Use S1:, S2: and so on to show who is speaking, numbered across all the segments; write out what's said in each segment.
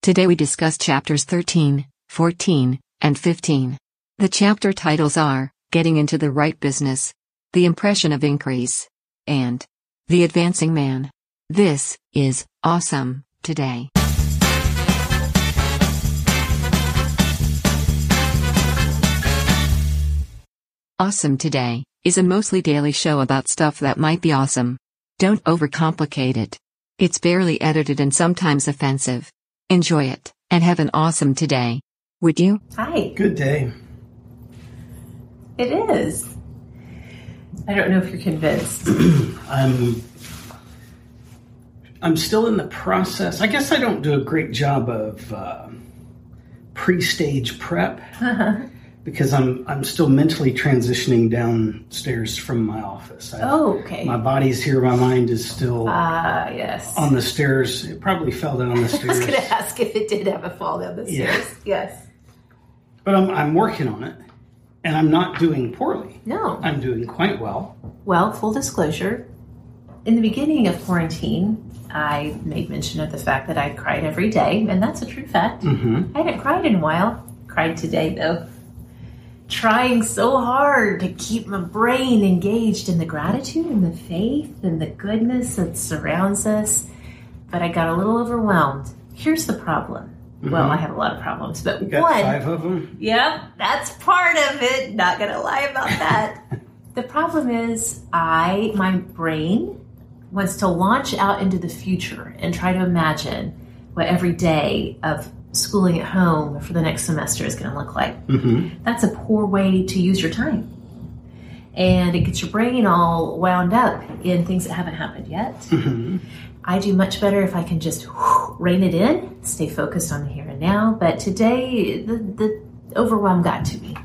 S1: Today we discuss chapters 13, 14, and 15. The chapter titles are Getting into the Right Business, The Impression of Increase, and The Advancing Man. This is awesome today. Awesome Today is a mostly daily show about stuff that might be awesome. Don't overcomplicate it. It's barely edited and sometimes offensive. Enjoy it and have an awesome today. Would you?
S2: Hi,
S3: Good day.
S2: it is. I don't know if you're convinced.
S3: I'm I'm still in the process. I guess I don't do a great job of uh, pre-stage prep because I'm I'm still mentally transitioning downstairs from my office. I,
S2: Oh, okay.
S3: My Um,
S2: Ah,
S3: body's here. My mind is still
S2: yes.
S3: on the stairs. It probably fell down the
S2: I was going
S3: stairs,
S2: to ask if it did have a fall down the
S3: Yeah.
S2: stairs. Yes.
S3: but I'm I'm working on it, and I'm not doing poorly.
S2: No.
S3: I'm doing quite well.
S2: Well, full disclosure, in the beginning of quarantine, I made mention of the fact that I cried every day, and that's a true fact. Mm-hmm. I hadn't cried in a while. Cried today, though. Trying so hard to keep my brain engaged in the gratitude and the faith and the goodness that surrounds us, but I got a little overwhelmed. Here's the problem. Well, I have a lot of problems, but
S3: Got
S2: one.
S3: five of them.
S2: Yep, that's part of it. Not gonna lie about that. the problem is, I my brain wants to launch out into the future and try to imagine what every day of schooling at home for the next semester is going to look like. That's a poor way to use your time. And it gets your brain all wound up in things that haven't happened yet. I do much better if I can just whew, rein it in, stay focused on the here and now. But today, the, the overwhelm got to me.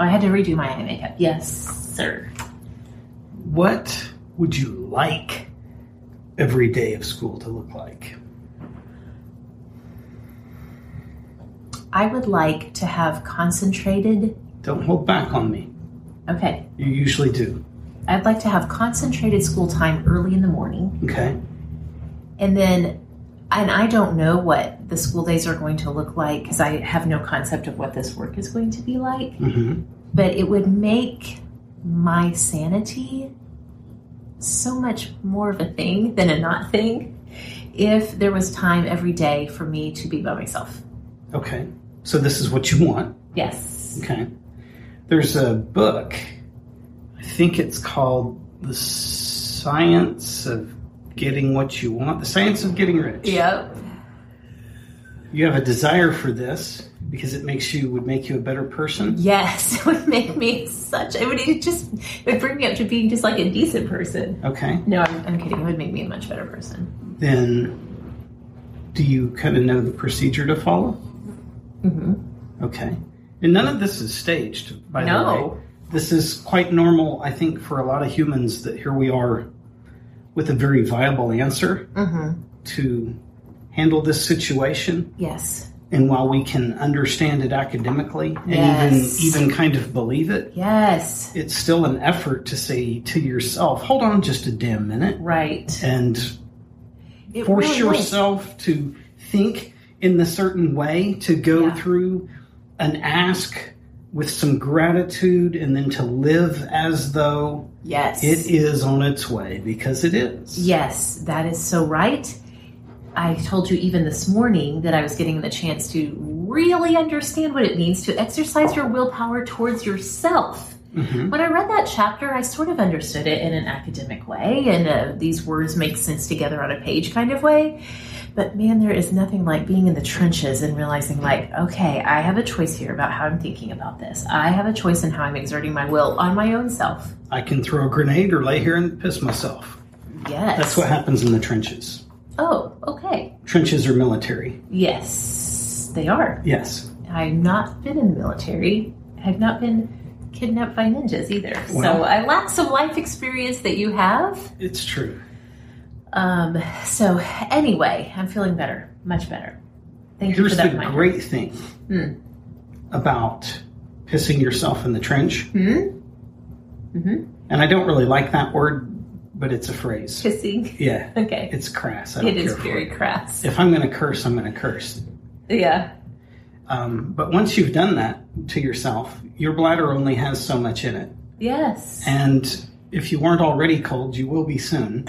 S2: Oh, I had to redo my eye makeup. Yes, sir.
S3: What would you like every day of school to look like?
S2: I would like to have concentrated.
S3: Don't hold back on me.
S2: Okay.
S3: You usually do.
S2: I'd like to have concentrated school time early in the morning.
S3: Okay.
S2: And then, and I don't know what the school days are going to look like because I have no concept of what this work is going to be like.
S3: hmm
S2: but it would make my sanity so much more of a thing than a not thing if there was time every day for me to be by myself.
S3: Okay. So this is what you want.
S2: Yes.
S3: Okay. There's a book. I think it's called The Science of Getting What You Want. The Science of Getting Rich.
S2: Yep.
S3: You have a desire for this because it makes you would make you a better person.
S2: Yes, it would make me such. It would it just it would bring me up to being just like a decent person.
S3: Okay.
S2: No, I'm, I'm kidding. It would make me a much better person.
S3: Then do you kind of know the procedure to follow?
S2: Mm-hmm.
S3: Okay. And none of this is staged, by
S2: No.
S3: the way. This is quite normal, I think, for a lot of humans that here we are with a
S2: Mm-hmm.
S3: very viable answer to handle this situation.
S2: Yes.
S3: And while we can understand it academically and
S2: Yes.
S3: even even kind of believe it,
S2: Yes.
S3: it's still an effort to say to yourself, "Hold on, just a damn minute,"
S2: Right.
S3: and
S2: It
S3: force
S2: really is.
S3: yourself to think in a certain way, to go
S2: Yeah.
S3: through an ask with some gratitude, and then to live as though
S2: Yes.
S3: it is on its way because it is.
S2: Yes, that is so right. I told you even this morning that I was getting the chance to really understand what it means to exercise your willpower towards yourself. When I read that chapter, I sort of understood it in an academic way, and uh, these words make sense together on a page kind of way. But man, there is nothing like being in the trenches and realizing, like, okay, I have a choice here about how I'm thinking about this. I have a choice in how I'm exerting my will on my own self.
S3: I can throw a grenade or lay here and piss myself.
S2: Yes.
S3: That's what happens in the trenches.
S2: Oh, okay.
S3: Trenches are military.
S2: Yes, they are.
S3: Yes.
S2: I've not been in the military. I've not been kidnapped by ninjas either. so
S3: Wow.
S2: I lack some life experience that you have.
S3: It's true.
S2: Um, so anyway, I'm feeling better, much better. Thank you
S3: Here's
S2: for that
S3: the
S2: reminder.
S3: great thing
S2: Hmm.
S3: about pissing yourself in the trench. Mm-hmm.
S2: Mm-hmm.
S3: And I don't really like that word, but it's a phrase.
S2: kissing.
S3: Yeah.
S2: Okay,
S3: It's crass. I don't
S2: it
S3: care
S2: is
S3: for
S2: very
S3: it.
S2: crass.
S3: If I'm going to curse, I'm going to curse.
S2: Yeah,
S3: Um, but once you've done that to yourself, your bladder only has so much in it.
S2: yes,
S3: And if you weren't already cold, you will be soon,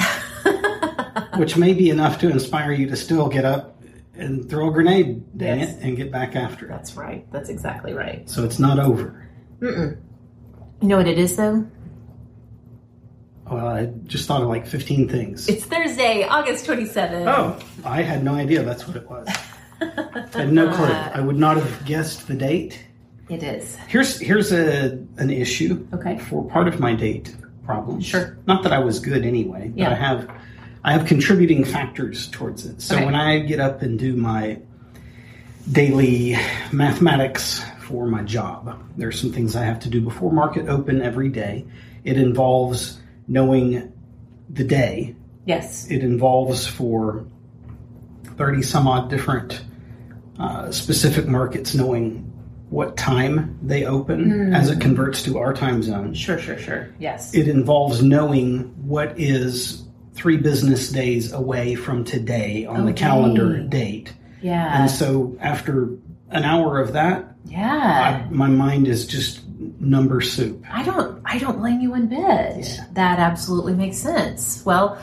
S3: which may be enough to inspire you to still get up and throw a grenade, dang
S2: Yes.
S3: it, and get back after it.
S2: that's right. That's exactly right.
S3: So it's not over.
S2: You know what it is though?
S3: Well, I just thought of like 15 things.
S2: It's Thursday, August 27th.
S3: oh, I had no idea that's what it was. I had no clue. I would not have guessed the date.
S2: It is.
S3: Here's here's a an issue.
S2: Okay.
S3: For part of my date problem.
S2: Sure.
S3: Not that I was good anyway, but
S2: Yeah.
S3: I have I have contributing factors towards it. So
S2: Okay.
S3: when I get up and do my daily mathematics for my job, there's some things I have to do before market open every day. It involves knowing the day
S2: Yes.
S3: it involves for 30 some odd different uh, specific markets knowing what time they open
S2: Hmm.
S3: as it converts to our time zone.
S2: Sure, sure, sure. Yes.
S3: It involves knowing what is three business days away from today on the
S2: Okay.
S3: calendar date.
S2: yeah.
S3: And so after an hour of that,
S2: yeah.
S3: I, my mind is just number soup.
S2: I don't I don't blame you one bit. That absolutely makes sense. Well,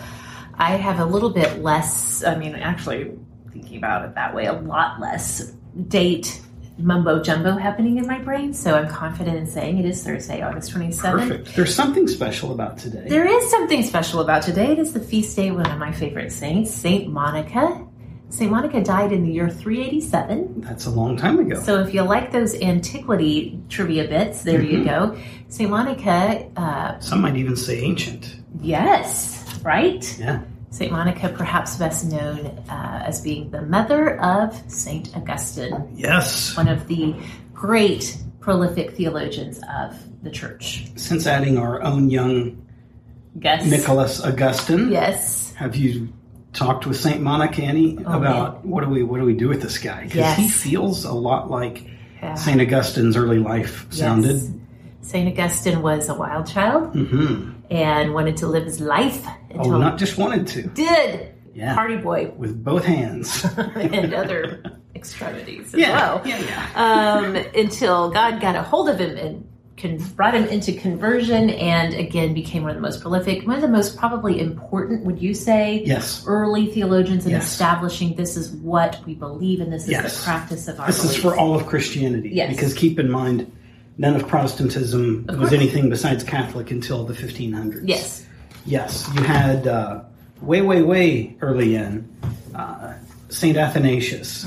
S2: I have a little bit less I mean actually thinking about it that way, a lot less date mumbo jumbo happening in my brain, so I'm confident in saying it is Thursday, August 27th.
S3: Perfect. There's something special about today.
S2: There is something special about today. It is the feast day of one of my favorite saints, Saint Monica. Saint Monica died in the year 387.
S3: That's a long time ago.
S2: So if you like those antiquity trivia bits, there you go. Saint Monica, uh,
S3: some might even say ancient.
S2: yes, right?
S3: Yeah.
S2: Saint Monica, perhaps best known uh, as being the mother of Saint Augustine,
S3: Yes.
S2: one of the great prolific theologians of the church.
S3: since adding our own young
S2: Yes.
S3: Nicholas Augustine,
S2: Yes. Oh,
S3: have you talked with Saint Monica any about what do we what do we do with this guy? Because he
S2: Yes.
S3: feels a lot like
S2: Yeah.
S3: Saint Augustine's early life sounded.
S2: Yes. Saint Augustine was a wild child
S3: hmm
S2: and wanted to live his life until
S3: Oh, not just wanted to.
S2: he did.
S3: Yeah.
S2: Party boy
S3: With both hands.
S2: and other extremities as
S3: yeah.
S2: well.
S3: Yeah. yeah.
S2: um, until God got a hold of him and con- brought him into conversion, and again became one of the most prolific, one of the most probably important. Would you say?
S3: Yes.
S2: Early theologians in
S3: Yes.
S2: establishing this is what we believe and this is
S3: Yes.
S2: the practice of our
S3: This is
S2: beliefs.
S3: for all of Christianity.
S2: Yes.
S3: Because keep in mind, none of Protestantism was
S2: course.
S3: anything besides Catholic until the 1500s.
S2: Yes,
S3: Yes, you had uh, way, way, way early in uh, Saint Athanasius,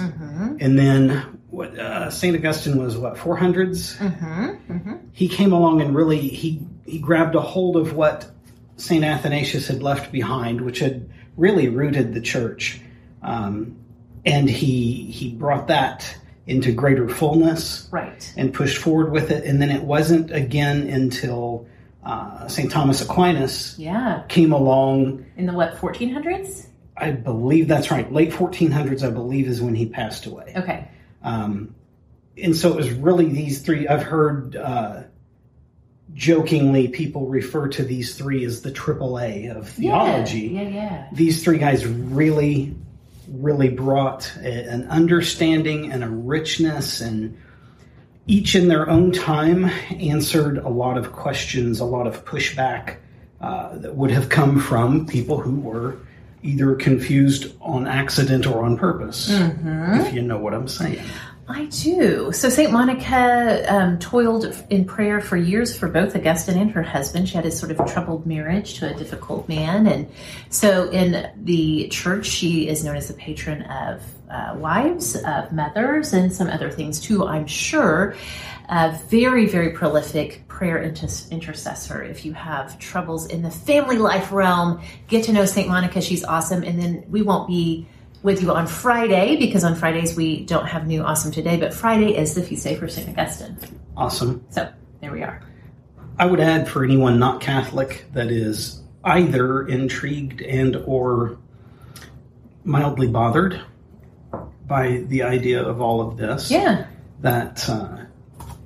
S3: and then what? Uh, Saint Augustine was what 400s. Mm-hmm. He came along and really he he grabbed a hold of what Saint Athanasius had left behind, which had really rooted the church, um, and he he brought that into greater fullness
S2: right.
S3: and pushed forward with it. And then it wasn't again until uh, Saint Thomas Aquinas
S2: Yeah,
S3: came along.
S2: in the what 1400s?
S3: I believe that's right. Late 1400s, I believe, is when he passed away.
S2: Okay,
S3: Um, and so it was really these three. I've heard uh, jokingly people refer to these three as the AAA of theology.
S2: Yeah, yeah, yeah.
S3: These three guys really, really brought a, an understanding and a richness, and each in their own time answered a lot of questions, a lot of pushback uh, that would have come from people who were either confused on accident or on purpose, if you know what I'm saying.
S2: I do. So Saint Monica um, toiled in prayer for years for both Augustine and her husband. She had a sort of troubled marriage to a difficult man, and so in the church she is known as the patron of uh, wives, of mothers, and some other things too. I'm sure. A very very prolific prayer inter- intercessor. If you have troubles in the family life realm, get to know Saint Monica. She's awesome, and then we won't be with you on Friday because on Fridays we don't have new awesome today, but Friday is the feast day for Saint Augustine.
S3: Awesome.
S2: So there we are.
S3: I would add for anyone not Catholic that is either intrigued and or mildly bothered by the idea of all of this.
S2: Yeah.
S3: That uh,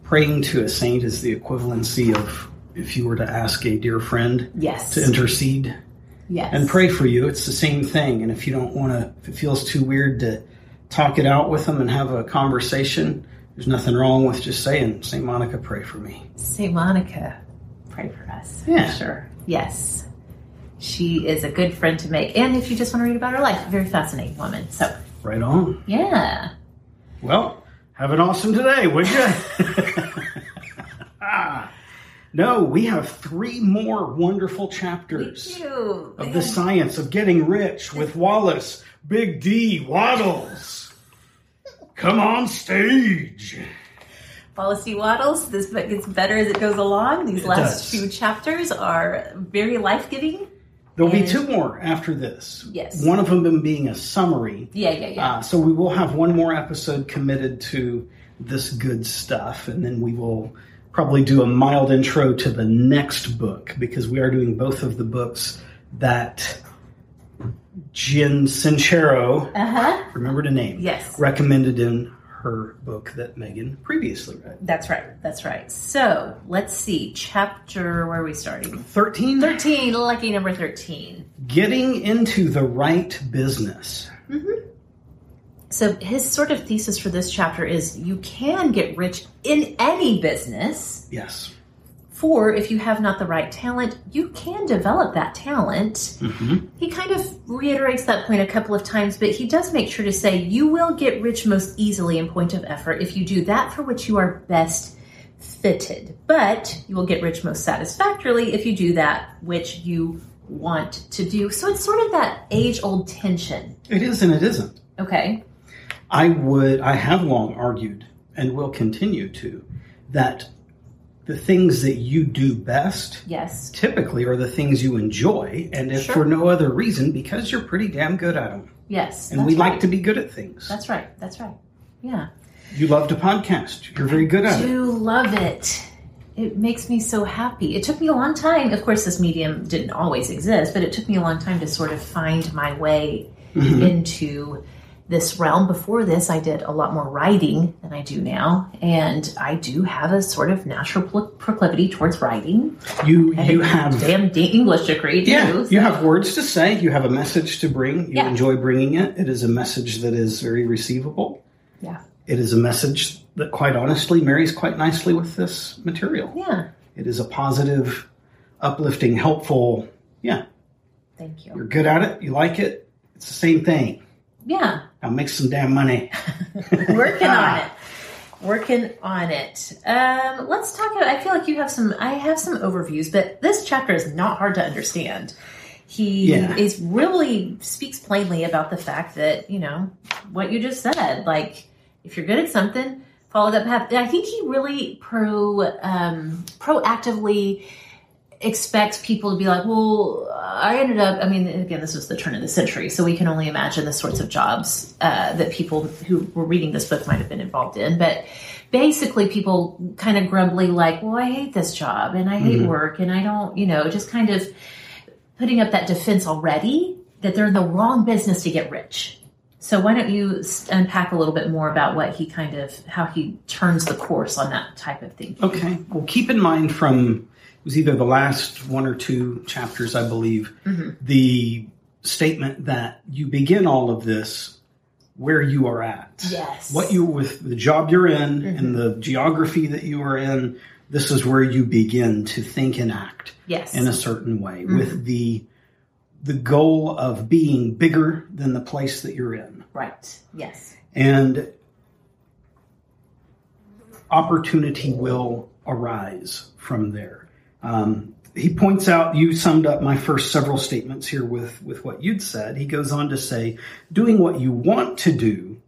S3: praying to a saint is the equivalency of if you were to ask a dear friend
S2: Yes.
S3: to intercede
S2: yes.
S3: and pray for you. It's the same thing. And if you don't want to, if it feels too weird to talk it out with them and have a conversation, there's nothing wrong with just saying, St. Monica, pray for me.
S2: Saint Monica, pray for us.
S3: Yeah.
S2: For sure. Yes. She is a good friend to make. And if you just want to read about her life, very fascinating woman. So
S3: Right on.
S2: yeah.
S3: Well, have an awesome today, would you? no, we have three more wonderful chapters
S2: Ew.
S3: of the science of getting rich with Wallace Big D Waddles. Come on stage.
S2: Policy waddles. This book gets better as it goes along. These last
S3: does.
S2: few chapters are very life giving.
S3: There'll be two more after this.
S2: Yes.
S3: One of them being a summary.
S2: Yeah, yeah, yeah.
S3: Uh, so we will have one more episode committed to this good stuff, and then we will probably do a mild intro to the next book because we are doing both of the books that Jin Sincero, remember the name,
S2: Uh-huh. Yes.
S3: recommended in her book that Megan previously read.
S2: That's right. That's right. So let's see. Chapter where are we starting?
S3: 13,
S2: 13, lucky number 13.
S3: Getting into the Right Business.
S2: So his sort of thesis for this chapter is you can get rich in any business,
S3: Yes.
S2: for if you have not the right talent, you can develop that talent.
S3: Mm-hmm.
S2: He kind of reiterates that point a couple of times, but he does make sure to say you will get rich most easily in point of effort if you do that for which you are best fitted. But you will get rich most satisfactorily if you do that which you want to do. So it's sort of that age old tension.
S3: It is and it isn't.
S2: Okay.
S3: I would, I have long argued and will continue to that the things that you do best
S2: Yes.
S3: typically are the things you enjoy, and if
S2: Sure.
S3: for no other reason, because you're pretty damn good at them.
S2: Yes.
S3: And
S2: that's
S3: we
S2: right.
S3: like to be good at things.
S2: That's right. That's right. Yeah.
S3: You love to podcast, you're very good at it.
S2: do love it. It makes me so happy. It took me a long time. Of course, this medium didn't always exist, but it took me a long time to sort of find my way
S3: Mm-hmm.
S2: into this realm. Before this, I did a lot more writing than I do now, and I do have a sort of natural pl- proclivity towards writing.
S3: You,
S2: I
S3: you
S2: a
S3: have.
S2: damn de- English degree too.
S3: Yeah,
S2: so-
S3: you have words to say. You have a message to bring. You
S2: Yeah.
S3: enjoy bringing it. It is a message that is very receivable.
S2: yeah,
S3: It is a message that, quite honestly, marries quite nicely with this material.
S2: yeah.
S3: It is a positive, uplifting, helpful. Yeah,
S2: Thank you.
S3: you're good at it. You like it. It's the same thing.
S2: Yeah.
S3: Now make some damn money.
S2: working on it working on it um, let's talk about i feel like you have some i have some overviews but this chapter is not hard to understand he
S3: Yeah.
S2: is really speaks plainly about the fact that you know what you just said like if you're good at something follow that path i think he really pro um, proactively expects people to be like, well, I ended up, I mean, again, this was the turn of the century, so we can only imagine the sorts of jobs uh, that people who were reading this book might have been involved in. But basically, people kind of grumbly, like, well, I hate this job and I hate work and I don't, you know, just kind of putting up that defense already that they're in the wrong business to get rich. So why don't you s- unpack a little bit more about what he kind of how he turns the course on that type of thing?
S3: Okay. Well, keep in mind from it was either the last one or two chapters, I believe, the statement that you begin all of this where you are at.
S2: Yes.
S3: What you with the job you're in and the geography that you are in, this is where you begin to think and act
S2: Yes.
S3: in a certain way with the the goal of being bigger than the place that you're in
S2: right. Yes.
S3: and opportunity will arise from there. Um, he points out you summed up my first several statements here with with what you'd said. He goes on to say, doing what you want to do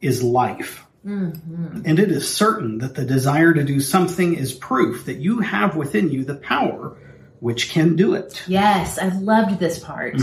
S3: is life. And it is certain that the desire to do something is proof that you have within you the power which can do it.
S2: Yes, I loved this part.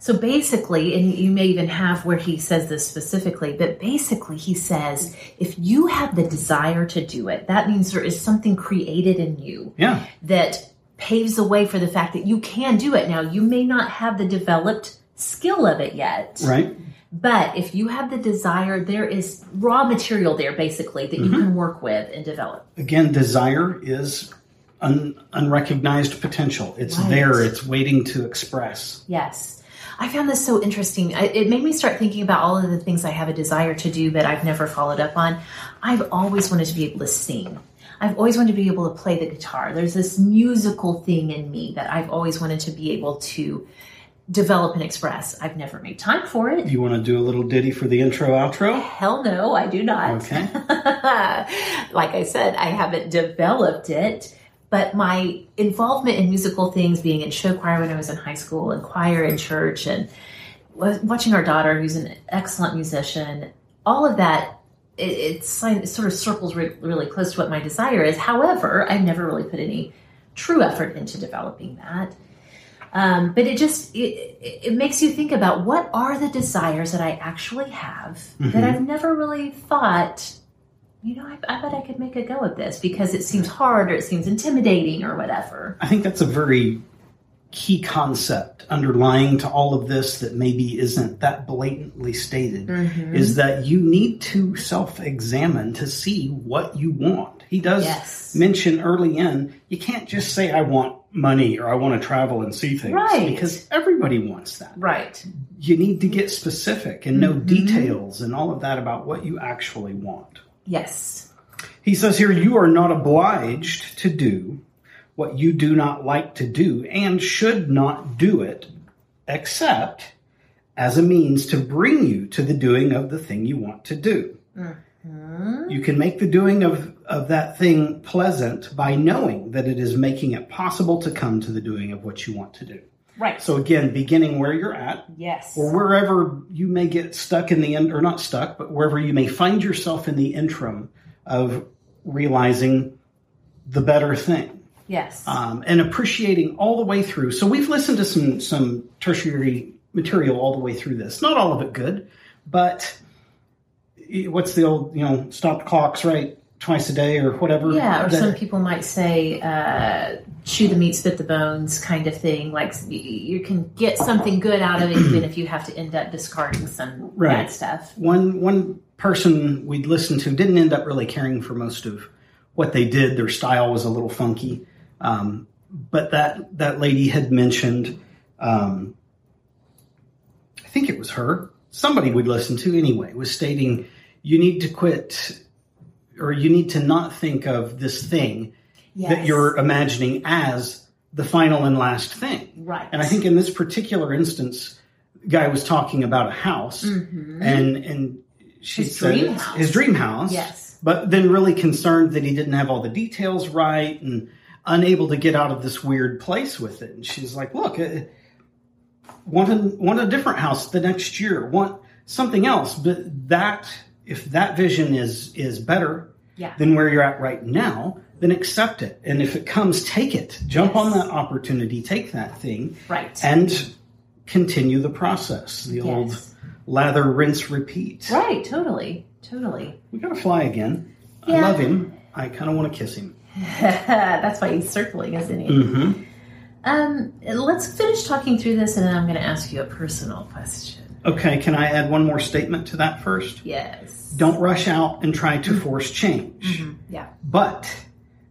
S2: So basically, and you may even have where he says this specifically, but basically he says if you have the desire to do it, that means there is something created in you
S3: Yeah.
S2: that paves the way for the fact that you can do it. Now, you may not have the developed skill of it yet.
S3: Right?
S2: But if you have the desire, there is raw material there basically that you can work with and develop.
S3: again, desire is un- unrecognized potential. It's
S2: Right.
S3: there. It's waiting to express.
S2: Yes. I found this so interesting. I, it made me start thinking about all of the things I have a desire to do but I've never followed up on. I've always wanted to be able to sing. I've always wanted to be able to play the guitar. There's this musical thing in me that I've always wanted to be able to develop and express. I've never made time for it.
S3: You want to do a little ditty for the intro outro?
S2: Hell no, I do not.
S3: Okay.
S2: like I said, I haven't developed it, but my involvement in musical things, being in show choir when I was in high school, and choir in church, and wa- watching our daughter, who's an excellent musician, all of that, it, it, sign- it sort of circles re- really close to what my desire is. However, I've never really put any true effort into developing that. Um, but it just it, it it makes you think about what are the desires that I actually have that I've never really thought. You know, I, I bet I could make a go at this because it seems hard or it seems intimidating or whatever.
S3: I think that's a very key concept underlying to all of this that maybe isn't that blatantly stated
S2: Mm-hmm.
S3: is that you need to self-examine to see what you want. He does
S2: Yes.
S3: mention early in, you can't just say I want money or I want to travel and see things
S2: Right.
S3: because everybody wants that.
S2: Right.
S3: you need to get specific and know details and all of that about what you actually want.
S2: Yes.
S3: He says here, you are not obliged to do what you do not like to do and should not do it except as a means to bring you to the doing of the thing you want to do. You can make the doing of, of that thing pleasant by knowing that it is making it possible to come to the doing of what you want to do.
S2: Right.
S3: So, again, beginning where you're at,
S2: yes.
S3: or wherever you may get stuck in the end, or not stuck, but wherever you may find yourself in the interim of realizing the better thing
S2: yes.
S3: um, and appreciating all the way through. So we've listened to some some tertiary material all the way through this. Not all of it good, but i- what's the old you know stop clocks right twice a day or whatever.
S2: yeah. Or
S3: that-
S2: some people might say, uh, chew the meat, spit the bones kind of thing. Like y- y- you can get something good out of it, even if you have to end up discarding some
S3: Right.
S2: bad stuff.
S3: one one person we'd listened to didn't end up really caring for most of what they did. Their style was a little funky, um, but that that lady had mentioned, um, I think it was her, somebody we'd listened to anyway, was stating, "You need to quit, or you need to not think of this thing that
S2: Yes.
S3: you're imagining as the final and last thing."
S2: Right.
S3: And I think in this particular instance, guy was talking about a house, and and
S2: Mm-hmm.
S3: she
S2: His
S3: said
S2: dream
S3: it's
S2: house.
S3: his dream house.
S2: Yes.
S3: but then really concerned that he didn't have all the details right and unable to get out of this weird place with it. And she's like, "Look, eh, want a, want a different house the next year. Want something else, but that." If that vision is is better,
S2: yeah.
S3: than where you're at right now, then accept it. And if it comes, take it. Jump on that opportunity, take that thing,
S2: Right.
S3: and continue the process. The old
S2: Yes.
S3: lather, rinse, repeat.
S2: Right, totally, totally.
S3: We gotta fly again. I
S2: Yeah.
S3: love him. I kind of want to kiss him.
S2: That's why he's circling, isn't he?
S3: Mm-hmm.
S2: Um, let's finish talking through this, and then I'm going to ask you a personal question.
S3: Okay, can I add one more statement to that first?
S2: Yes.
S3: Don't rush out and try to force change.
S2: Yeah.
S3: But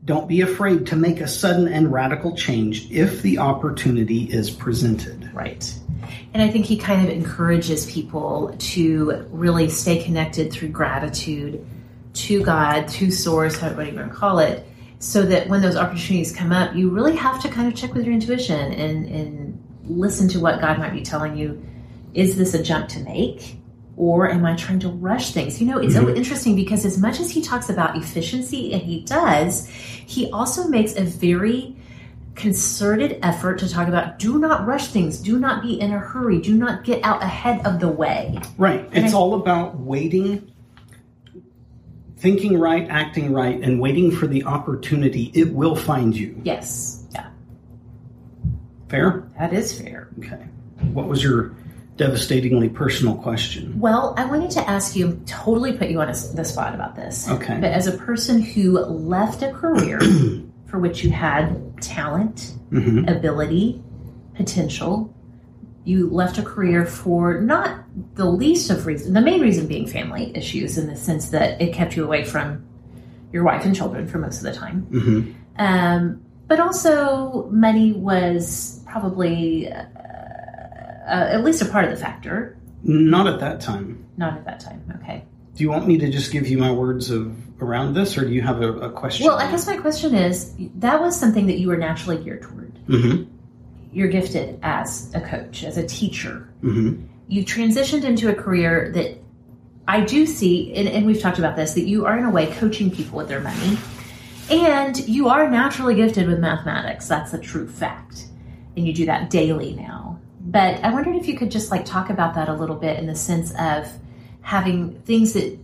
S3: don't be afraid to make a sudden and radical change if the opportunity is presented.
S2: Right. And I think he kind of encourages people to really stay connected through gratitude to God, to Source, however you want to call it, so that when those opportunities come up, you really have to kind of check with your intuition and, and listen to what God might be telling you. Is this a jump to make? Or am I trying to rush things? You know, it's so interesting because as much as he talks about efficiency, and he does, he also makes a very concerted effort to talk about do not rush things, do not be in a hurry, do not get out ahead of the way.
S3: Right. It's all about waiting, thinking right, acting right, and waiting for the opportunity. It will find you.
S2: Yes. Yeah.
S3: Fair?
S2: That is fair.
S3: Okay. What was your devastatingly personal question?
S2: Well, I wanted to ask you, totally put you on a s the spot about this.
S3: Okay.
S2: But as a person who left a career for which you had talent, ability, potential, you left a career for not the least of reason, the main reason being family issues in the sense that it kept you away from your wife and children for most of the time.
S3: Mhm.
S2: Um, but also, money was probably uh, uh, at least a part of the factor.
S3: Not at that time.
S2: Not at that time. Okay.
S3: Do you want me to just give you my words of around this, or do you have a, a question?
S2: Well, I guess my question is that was something that you were naturally geared toward.
S3: hmm
S2: You're gifted as a coach, as a teacher.
S3: hmm
S2: You transitioned into a career that I do see, and, and we've talked about this, that you are in a way coaching people with their money. And you are naturally gifted with mathematics. That's a true fact. And you do that daily now. But I wondered if you could just like talk about that a little bit in the sense of having things that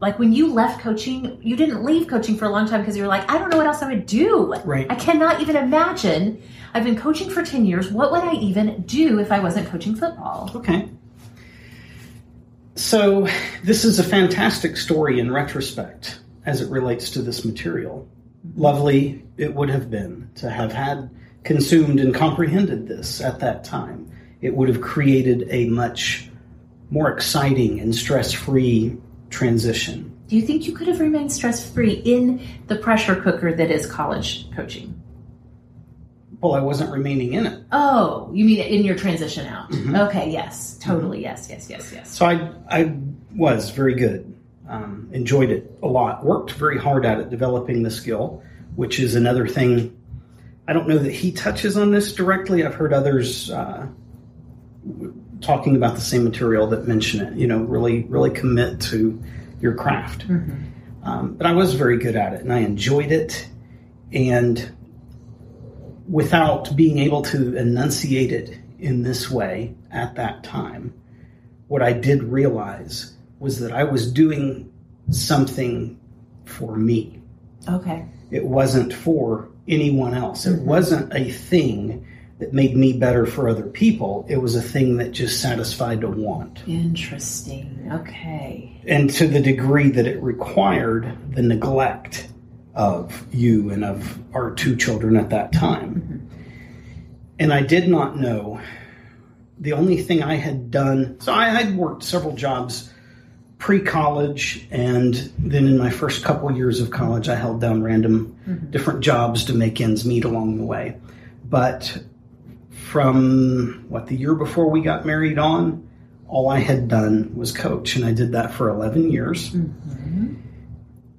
S2: like when you left coaching, you didn't leave coaching for a long time because you were like, I don't know what else I would do.
S3: Right.
S2: I cannot even imagine. I've been coaching for 10 years. What would I even do if I wasn't coaching football?
S3: Okay. So, this is a fantastic story in retrospect as it relates to this material. Lovely it would have been to have had consumed and comprehended this at that time. It would have created a much more exciting and stress free transition.
S2: Do you think you could have remained stress free in the pressure cooker that is college coaching?
S3: Well, I wasn't remaining in it.
S2: Oh, you mean in your transition out?
S3: Mm-hmm.
S2: Okay, yes, totally, yes, yes, yes, yes.
S3: So I, I was very good. Um, enjoyed it a lot. Worked very hard at it, developing the skill, which is another thing. I don't know that he touches on this directly. I've heard others uh, w- talking about the same material that mention it. You know, really, really commit to your craft. Um, but I was very good at it, and I enjoyed it. And without being able to enunciate it in this way at that time, what I did realize was that I was doing something for me.
S2: Okay,
S3: It wasn't for anyone else. It wasn't a thing that made me better for other people. It was a thing that just satisfied a want.
S2: interesting. Okay,
S3: And to the degree that it required the neglect of you and of our two children at that time. And I did not know. The only thing I had done, so I had worked several jobs pre college, and then in my first couple years of college, I held down random different jobs to make ends meet along the way. But from what the year before we got married on, all I had done was coach, and I did that for 11 years.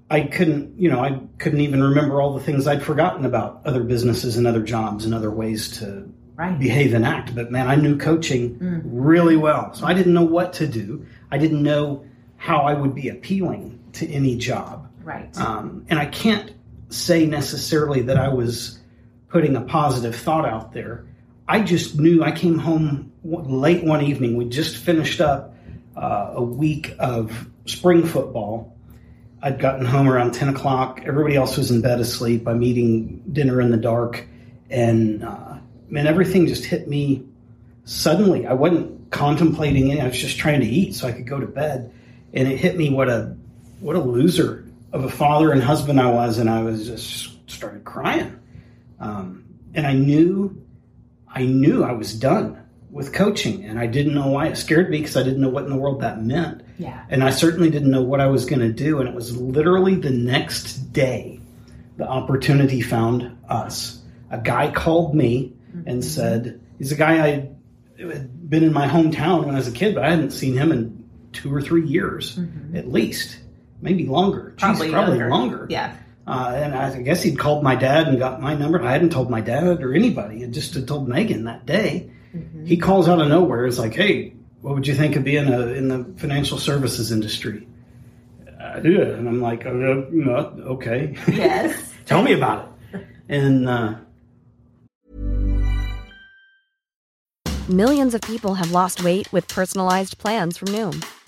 S3: I couldn't, you know, I couldn't even remember all the things I'd forgotten about other businesses and other jobs and other ways to
S2: right.
S3: behave and act. But man, I knew coaching really well. So I didn't know what to do. I didn't know how I would be appealing to any job.
S2: Right.
S3: Um, and I can't say necessarily that I was putting a positive thought out there. I just knew I came home w- late one evening. We just finished up uh, a week of spring football. I'd gotten home around 10 o'clock. Everybody else was in bed asleep. I'm eating dinner in the dark. And uh, man, everything just hit me suddenly. I wasn't contemplating any. I was just trying to eat so I could go to bed. And it hit me what a what a loser of a father and husband I was, and I was just started crying. Um, and I knew, I knew I was done. with coaching, and I didn't know why it scared me because I didn't know what in the world that meant.
S2: Yeah.
S3: And I certainly didn't know what I was going to do. And it was literally the next day the opportunity found us. A guy called me and said, He's a guy I had been in my hometown when I was a kid, but I hadn't seen him in two or three years at least, maybe longer. Jeez, probably longer.
S2: Yeah.
S3: Uh, and I, I guess he'd called my dad and got my number. I hadn't told my dad or anybody. I just had told Megan that day. He calls out of nowhere. It's like, hey, what would you think of being a, in the financial services industry? I do it. And I'm like, oh, no, no, okay.
S2: Yes.
S3: Tell me about it. And uh,
S4: Millions of people have lost weight with personalized plans from Noom,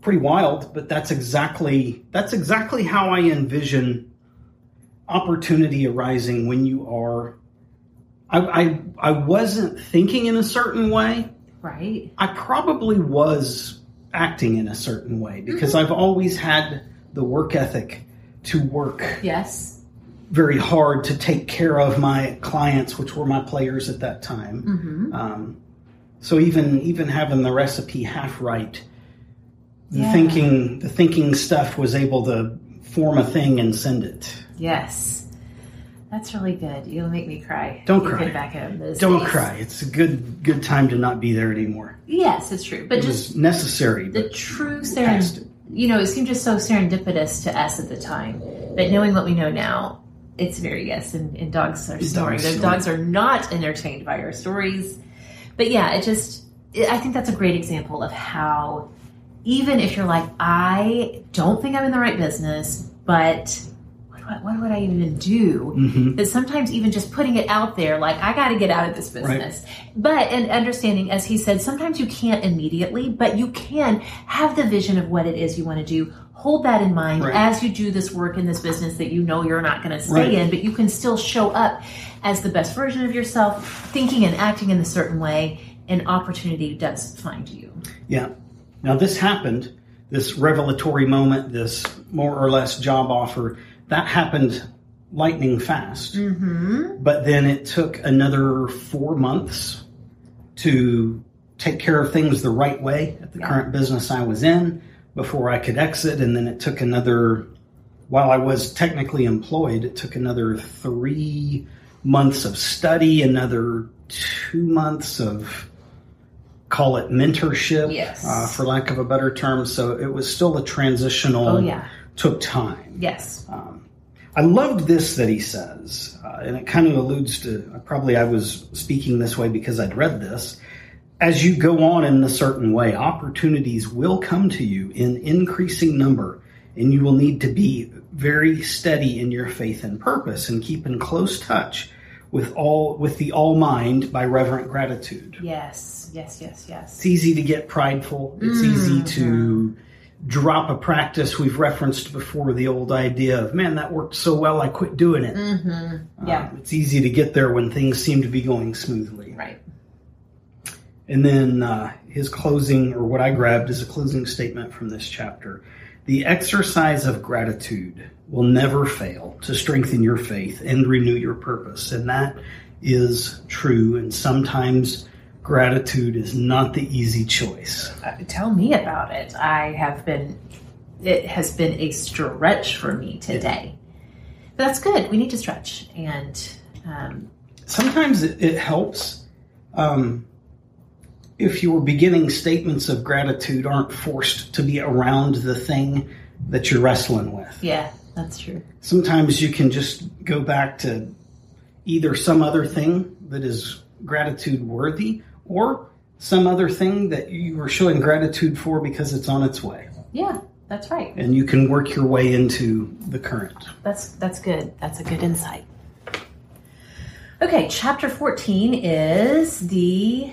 S3: pretty wild, but that's exactly that's exactly how I envision opportunity arising when you are. I, I I wasn't thinking in a certain way.
S2: Right.
S3: I probably was acting in a certain way because
S2: Mm-hmm.
S3: I've always had the work ethic to work
S2: Yes.
S3: very hard to take care of my clients, which were my players at that time.
S2: Mm-hmm.
S3: Um, so even even having the recipe half right, the
S2: Yeah.
S3: thinking the thinking stuff was able to form a thing and send it.
S2: Yes. That's really good. You'll make me cry.
S3: Don't
S2: You
S3: cry.
S2: get Back at those
S3: Don't
S2: days.
S3: cry. It's a good good time to not be there anymore.
S2: Yes, it's true. But
S3: It
S2: just
S3: was necessary,
S2: the
S3: but
S2: true
S3: past it.
S2: serendip you know, it seemed just so serendipitous to us at the time. But knowing what we know now, it's very yes, and, and dogs are snoring. Those
S3: snore.
S2: dogs are not entertained by our stories. But yeah, it just it, I think that's a great example of how even if you're like, I don't think I'm in the right business, but what, do I- what would I even do? That sometimes even just putting it out there, like I got to get out of this business. But and understanding, as he said, sometimes you can't immediately, but you can have the vision of what it is you want to do. Hold that in mind
S3: Right.
S2: as you do this work in this business that you know you're not going to stay
S3: Right.
S2: in, but you can still show up as the best version of yourself, thinking and acting in a certain way. And opportunity does find you.
S3: Yeah. Now this happened, this revelatory moment, this more or less job offer, that happened lightning fast. Mm-hmm. But then it took another four months to take care of things the right way at the current business I was in before I could exit. And then it took another, while I was technically employed, it took another three months of study, another two months of call it mentorship,
S2: Yes.
S3: uh, for lack of a better term. So it was still a transitional,
S2: Oh, yeah.
S3: took time.
S2: Yes.
S3: I loved this that he says, uh, and it kind of alludes to uh, probably I was speaking this way because I'd read this. As you go on in a certain way, opportunities will come to you in increasing number, and you will need to be very steady in your faith and purpose and keep in close touch with all with the all mind by reverent gratitude.
S2: Yes, yes, yes, yes.
S3: It's easy to get prideful. It's easy to drop a practice we've referenced before the old idea of man that worked so well I quit doing it. Uh,
S2: yeah,
S3: It's easy to get there when things seem to be going smoothly.
S2: right.
S3: And then uh, his closing, or what I grabbed, is a closing statement from this chapter. The exercise of gratitude will never fail to strengthen your faith and renew your purpose. And that is true. And sometimes gratitude is not the easy choice.
S2: Uh, tell me about it. I have been, it has been a stretch for me today. That's good. We need to stretch. And um,
S3: sometimes it, it helps. Um, if your beginning statements of gratitude aren't forced to be around the thing that you're wrestling with.
S2: Yeah, that's true.
S3: Sometimes you can just go back to either some other thing that is gratitude worthy or some other thing that you are showing gratitude for because it's on its way.
S2: Yeah, that's right.
S3: And you can work your way into the current.
S2: That's that's good. That's a good insight. Okay, chapter 14 is the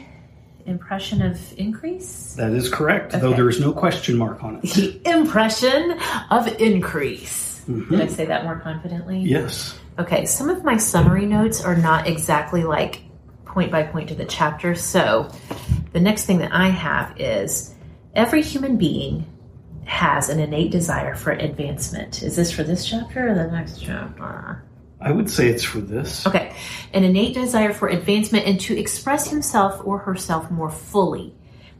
S2: impression of increase.
S3: That is correct, though there is no question mark on it.
S2: The impression of increase. Did I say that more confidently?
S3: yes.
S2: Okay, some of my summary notes are not exactly like point by point to the chapter. So the next thing that I have is every human being has an innate desire for advancement. Is this for this chapter or the next chapter?
S3: I would say it's for this.
S2: Okay, an innate desire for advancement and to express himself or herself more fully.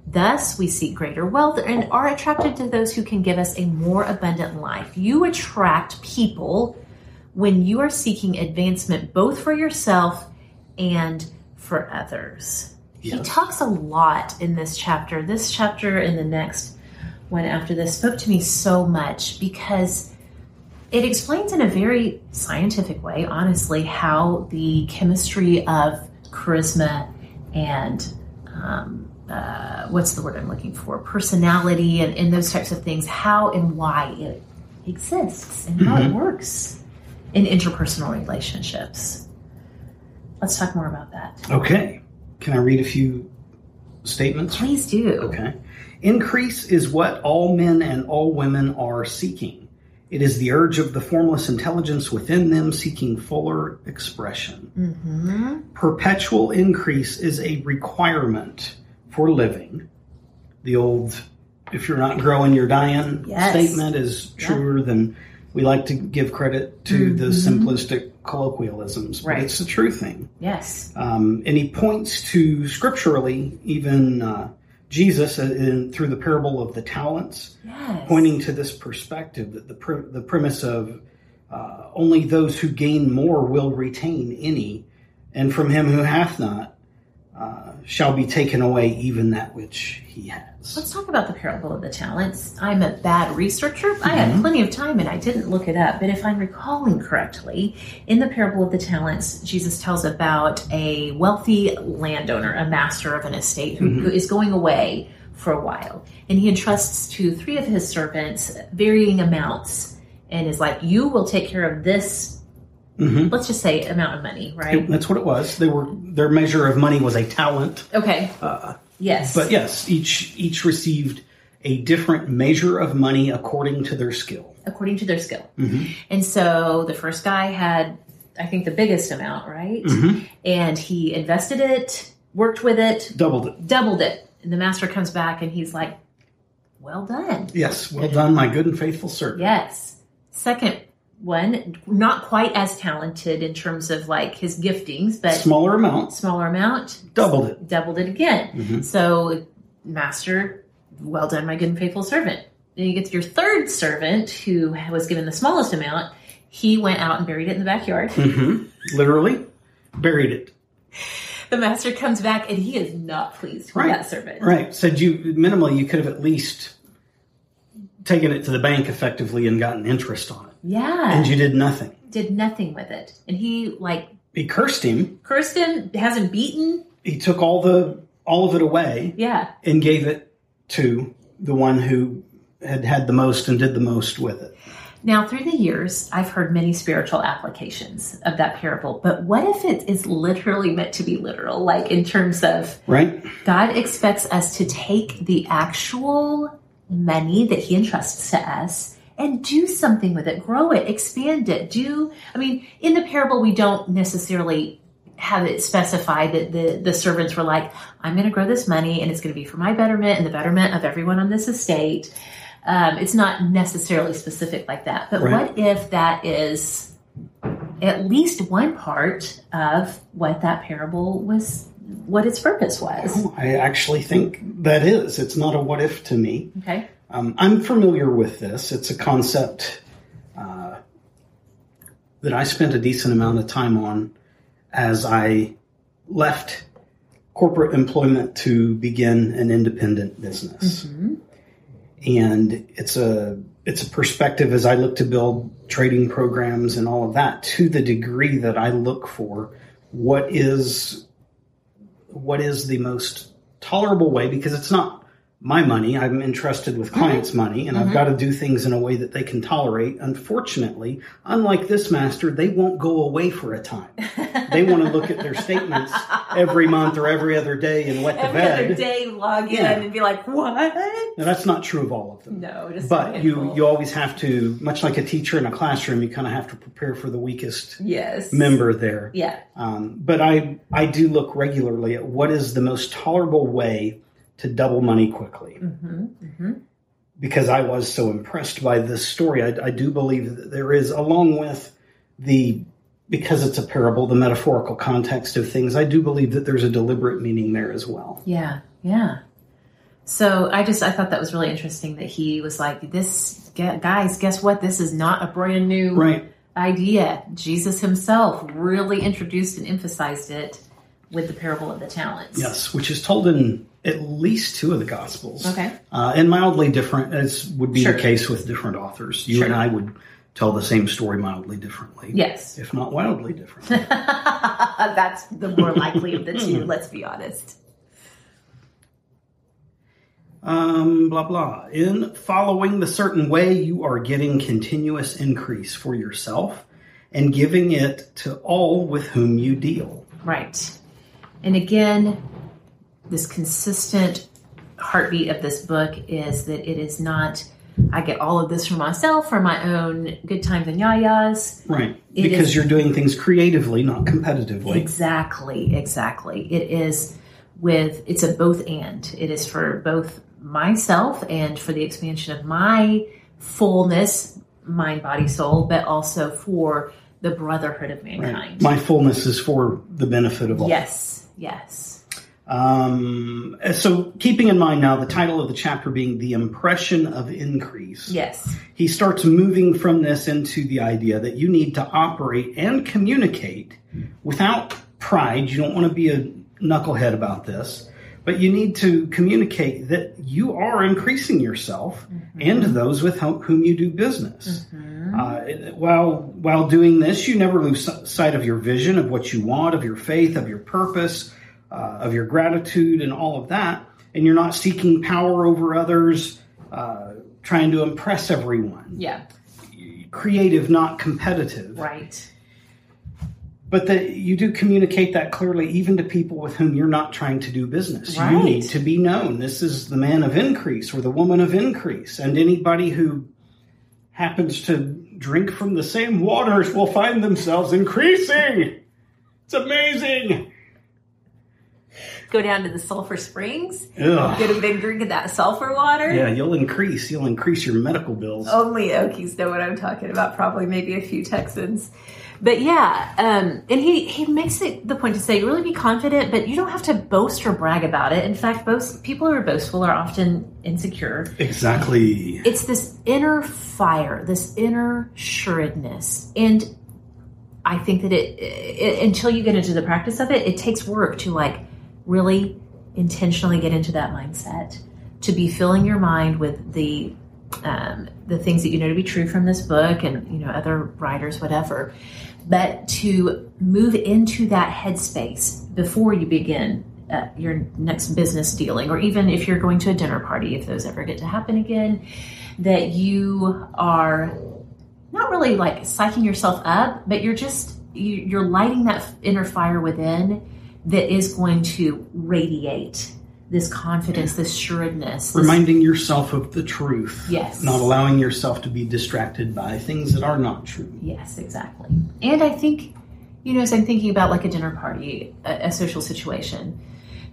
S2: Thus, we seek greater wealth and are attracted to those who can give us a more abundant life. You attract people when you are seeking advancement both for yourself and for others. He talks a lot in this chapter. This chapter and the next one after this spoke to me so much because it explains in a very scientific way, honestly, how the chemistry of charisma and um, uh, what's the word I'm looking for? Personality and, and those types of things, how and why it exists and how it works in interpersonal relationships. Let's talk more about that.
S3: Okay. Can I read a few statements?
S2: Please do.
S3: Okay. Increase is what all men and all women are seeking. It is the urge of the formless intelligence within them seeking fuller expression.
S2: Mm-hmm.
S3: Perpetual increase is a requirement for living. The old, if you're not growing, you're dying
S2: Yes.
S3: statement is truer than we like to give credit to the simplistic colloquialisms, but
S2: Mm-hmm. Right.
S3: it's a true thing.
S2: Yes.
S3: Um, and he points to scripturally, even uh, Jesus in, through the parable of the talents,
S2: Yes.
S3: pointing to this perspective that the, pre- the premise of uh, only those who gain more will retain any, and from him who hath not uh, shall be taken away even that which he has.
S2: Let's talk about the parable of the talents. I'm a bad researcher. I had plenty of time and I didn't look it up, but if I'm recalling correctly, in the parable of the talents, Jesus tells about a wealthy landowner, a master of an estate who, who is going away for a while, and he entrusts to three of his servants varying amounts and is like, "You will take care of this." Let's just say amount of money, right?
S3: That's what it was. They were their measure of money was a talent.
S2: Okay. yes.
S3: But yes, each each received a different measure of money according to their skill.
S2: according to their skill. And so the first guy had, I think, the biggest amount, right? And he invested it, worked with it,
S3: Doubled it.
S2: doubled it. And the master comes back and he's like, well done.
S3: Yes, well done, my good and faithful servant.
S2: Yes. Second one, not quite as talented in terms of like his giftings, but
S3: Smaller amounts,
S2: smaller amount,
S3: doubled it.
S2: doubled it again.
S3: Mm-hmm.
S2: So, master, well done, my good and faithful servant. Then you get to your third servant who was given the smallest amount. He went out and buried it in the backyard.
S3: Hmm. Literally, buried it.
S2: the master comes back and he is not pleased with
S3: Right.
S2: that servant.
S3: Right. Said you minimally, you could have at least taken it to the bank effectively and gotten interest on it,
S2: Yeah.
S3: and you did nothing.
S2: did nothing with it. And he, like,
S3: He cursed him.
S2: cursed him, hasn't beaten.
S3: He took all the all of it away
S2: Yeah.
S3: and gave it to the one who had had the most and did the most with it.
S2: Now, through the years, I've heard many spiritual applications of that parable, but what if it is literally meant to be literal, like in terms of
S3: Right.
S2: God expects us to take the actual money that He entrusts to us and do something with it, grow it, expand it. Do, I mean, in the parable, we don't necessarily have it specified that the, the servants were like, I'm going to grow this money and it's going to be for my betterment and the betterment of everyone on this estate. Um, it's not necessarily specific like that. But
S3: Right.
S2: what if that is at least one part of what that parable was, what its purpose was?
S3: I actually think that is. It's not a what if to me.
S2: Okay.
S3: Um, I'm familiar with this. It's a concept uh, that I spent a decent amount of time on as I left corporate employment to begin an independent business. And it's a it's a perspective as I look to build trading programs and all of that to the degree that I look for what is what is the most tolerable way because it's not my money. I'm entrusted
S2: Mm-hmm.
S3: with clients' money, and I've got to do things in a way that they can tolerate. Unfortunately, unlike this master, they won't go away for a time. they want to look at their statements every month or every other day and wet the
S2: Every
S3: bed.
S2: other day, log in
S3: Yeah.
S2: and be like, what?
S3: Now, that's not true of all of them.
S2: No, just a
S3: But you,
S2: handful.
S3: you always have to, much like a teacher in a classroom, you kind of have to prepare for the weakest
S2: Yes.
S3: member there.
S2: Yeah.
S3: Um, but I, I do look regularly at what is the most tolerable way to double money quickly. Because I was so impressed by this story, I, I do believe that there is, along with the because it's a parable, the metaphorical context of things, I do believe that there's a deliberate meaning there as well.
S2: Yeah, yeah. So I just I thought that was really interesting that he was like, "This gu- guys, guess what? This is not a brand new
S3: Right.
S2: idea. Jesus himself really introduced and emphasized it with the parable of the talents."
S3: Yes, which is told in at least two of the Gospels.
S2: Okay.
S3: Uh, and mildly different, as would be
S2: Sure.
S3: the case with different authors. You and I would tell the same story mildly differently.
S2: Yes,
S3: If not wildly different.
S2: that's the more likely of the two. Let's be honest.
S3: um, blah, blah. In following the certain way, you are getting continuous increase for yourself and giving it to all with whom you deal.
S2: Right. And again, this consistent heartbeat of this book is that it is not, I get all of this for myself, for my own good times and yayas.
S3: Right.
S2: It
S3: because
S2: is-
S3: you're doing things creatively, not competitively.
S2: Exactly, exactly. It is with, it's a both and. It is for both myself and for the expansion of my fullness, mind, body, soul, but also for the brotherhood of mankind.
S3: My fullness is for the benefit of all.
S2: yes, yes.
S3: Um, so, keeping in mind now the title of the chapter being The Impression of Increase,
S2: Yes.
S3: he starts moving from this into the idea that you need to operate and communicate without pride. You don't want to be a knucklehead about this, but you need to communicate that you are increasing yourself and those with whom whom you do business. Uh, while while doing this, you never lose si- sight of your vision, of what you want, of your faith, of your purpose, uh, of your gratitude, and all of that. And you're not seeking power over others, uh, trying to impress everyone.
S2: Yeah.
S3: Creative, not competitive.
S2: Right.
S3: But that you do communicate that clearly, even to people with whom you're not trying to do business. You
S2: Right.
S3: need to be known. This is the man of increase or the woman of increase, and anybody who happens to drink from the same waters will find themselves increasing. It's amazing.
S2: Go down to the sulfur springs,
S3: Ugh.
S2: get a big drink of that sulfur water.
S3: Yeah, you'll increase. You'll increase your medical bills.
S2: Only Okies know what I'm talking about, probably maybe a few Texans. But yeah, um, and he, he makes it the point to say, really be confident, but you don't have to boast or brag about it. In fact, boast, people who are boastful are often insecure.
S3: Exactly.
S2: it's this inner fire, this inner sureness, and I think that it, it until you get into the practice of it, it takes work to like really intentionally get into that mindset to be filling your mind with the um, the things that you know to be true from this book and you know other writers, whatever, but to move into that headspace before you begin. Uh, your next business dealing, or even if you're going to a dinner party, if those ever get to happen again, that you are not really like psyching yourself up, but you're just you, you're lighting that inner fire within that is going to radiate this confidence, this sureness. this-
S3: Reminding yourself of the truth.
S2: Yes.
S3: Not allowing yourself to be distracted by things that are not true.
S2: yes, exactly. And I think you know, as I'm thinking about like a dinner party, a, a social situation.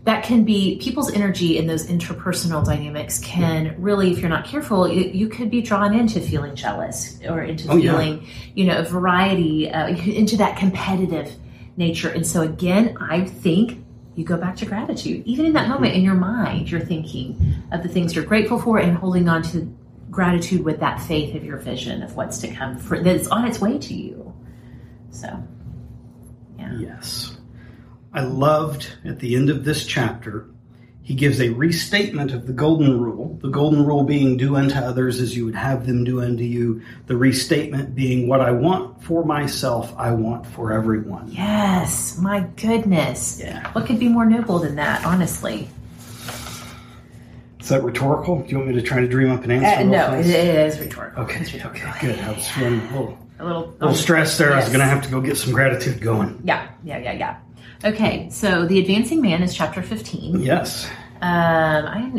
S2: That can be people's energy in those interpersonal dynamics can really, if you're not careful, you, you could be drawn into feeling jealous or into
S3: Oh, yeah.
S2: feeling you know, variety uh, into that competitive nature. And so, again, I think you go back to gratitude. Even in that
S3: Mm-hmm.
S2: moment in your mind, you're thinking of the things you're grateful for and holding on to gratitude with that faith of your vision of what's to come for that's on its way to you. So, yeah.
S3: Yes. I loved at the end of this chapter, he gives a restatement of the golden rule. The golden rule being do unto others as you would have them do unto you. The restatement being what I want for myself, I want for everyone.
S2: Yes, my goodness.
S3: Yeah.
S2: What could be more noble than that, honestly?
S3: Is that rhetorical? Do you want me to try to dream up an answer?
S2: Uh,
S3: real
S2: no, it,
S3: fast?
S2: it is rhetorical.
S3: Okay,
S2: It's rhetorical.
S3: okay, good. I was feeling a little,
S2: A little,
S3: little stressed there. I was
S2: Oh, Yes.
S3: going to have to go get some gratitude going.
S2: Yeah, yeah, yeah, yeah. Okay, so The Advancing Man is chapter 15.
S3: Yes.
S2: Um,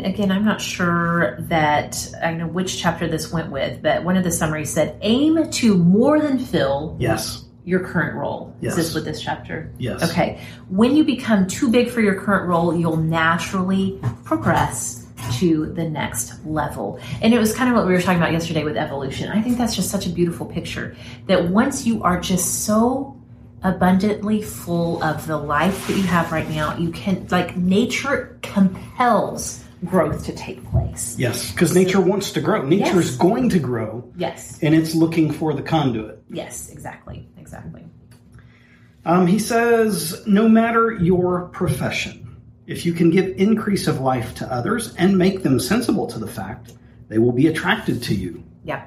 S2: I, again, I'm not sure that I know which chapter this went with, but one of the summaries said, aim to more than fill
S3: Yes.
S2: your current role.
S3: Yes.
S2: Is this with this chapter?
S3: Yes.
S2: Okay. When you become too big for your current role, you'll naturally progress to the next level. And it was kind of what we were talking about yesterday with evolution. I think that's just such a beautiful picture that once you are just so abundantly full of the life that you have right now, you can, like, nature compels growth to take place.
S3: Yes. Because nature wants to grow. Nature
S2: Yes.
S3: is going to grow,
S2: Yes.
S3: and it's looking for the conduit.
S2: Yes, exactly. Exactly.
S3: Um, he says, no matter your profession, if you can give increase of life to others and make them sensible to the fact, they will be attracted to you.
S2: Yeah.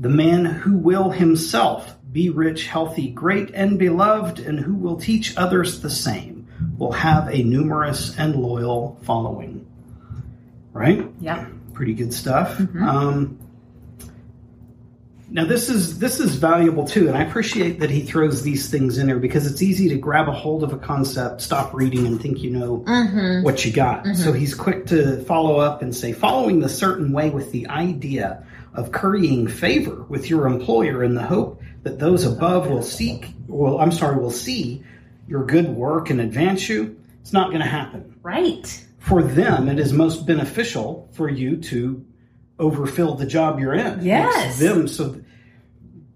S3: The man who will himself be rich, healthy, great, and beloved, and who will teach others the same, will have a numerous and loyal following. Right?
S2: Yeah.
S3: pretty good stuff. Um, now this is this is valuable too, and I appreciate that he throws these things in there because it's easy to grab a hold of a concept, stop reading, and think you know what you got. So he's quick to follow up and say, following the certain way with the idea of currying favor with your employer in the hope that those above will seek, well, I'm sorry, will see your good work and advance you. It's not going to happen
S2: Right.
S3: for them it is most beneficial for you to overfill the job you're in. It's
S2: Yes.
S3: them so th-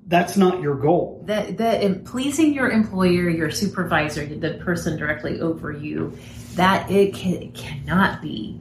S3: that's not your goal.
S2: the, the in pleasing your employer, your supervisor, the person directly over you, that it, can, it cannot be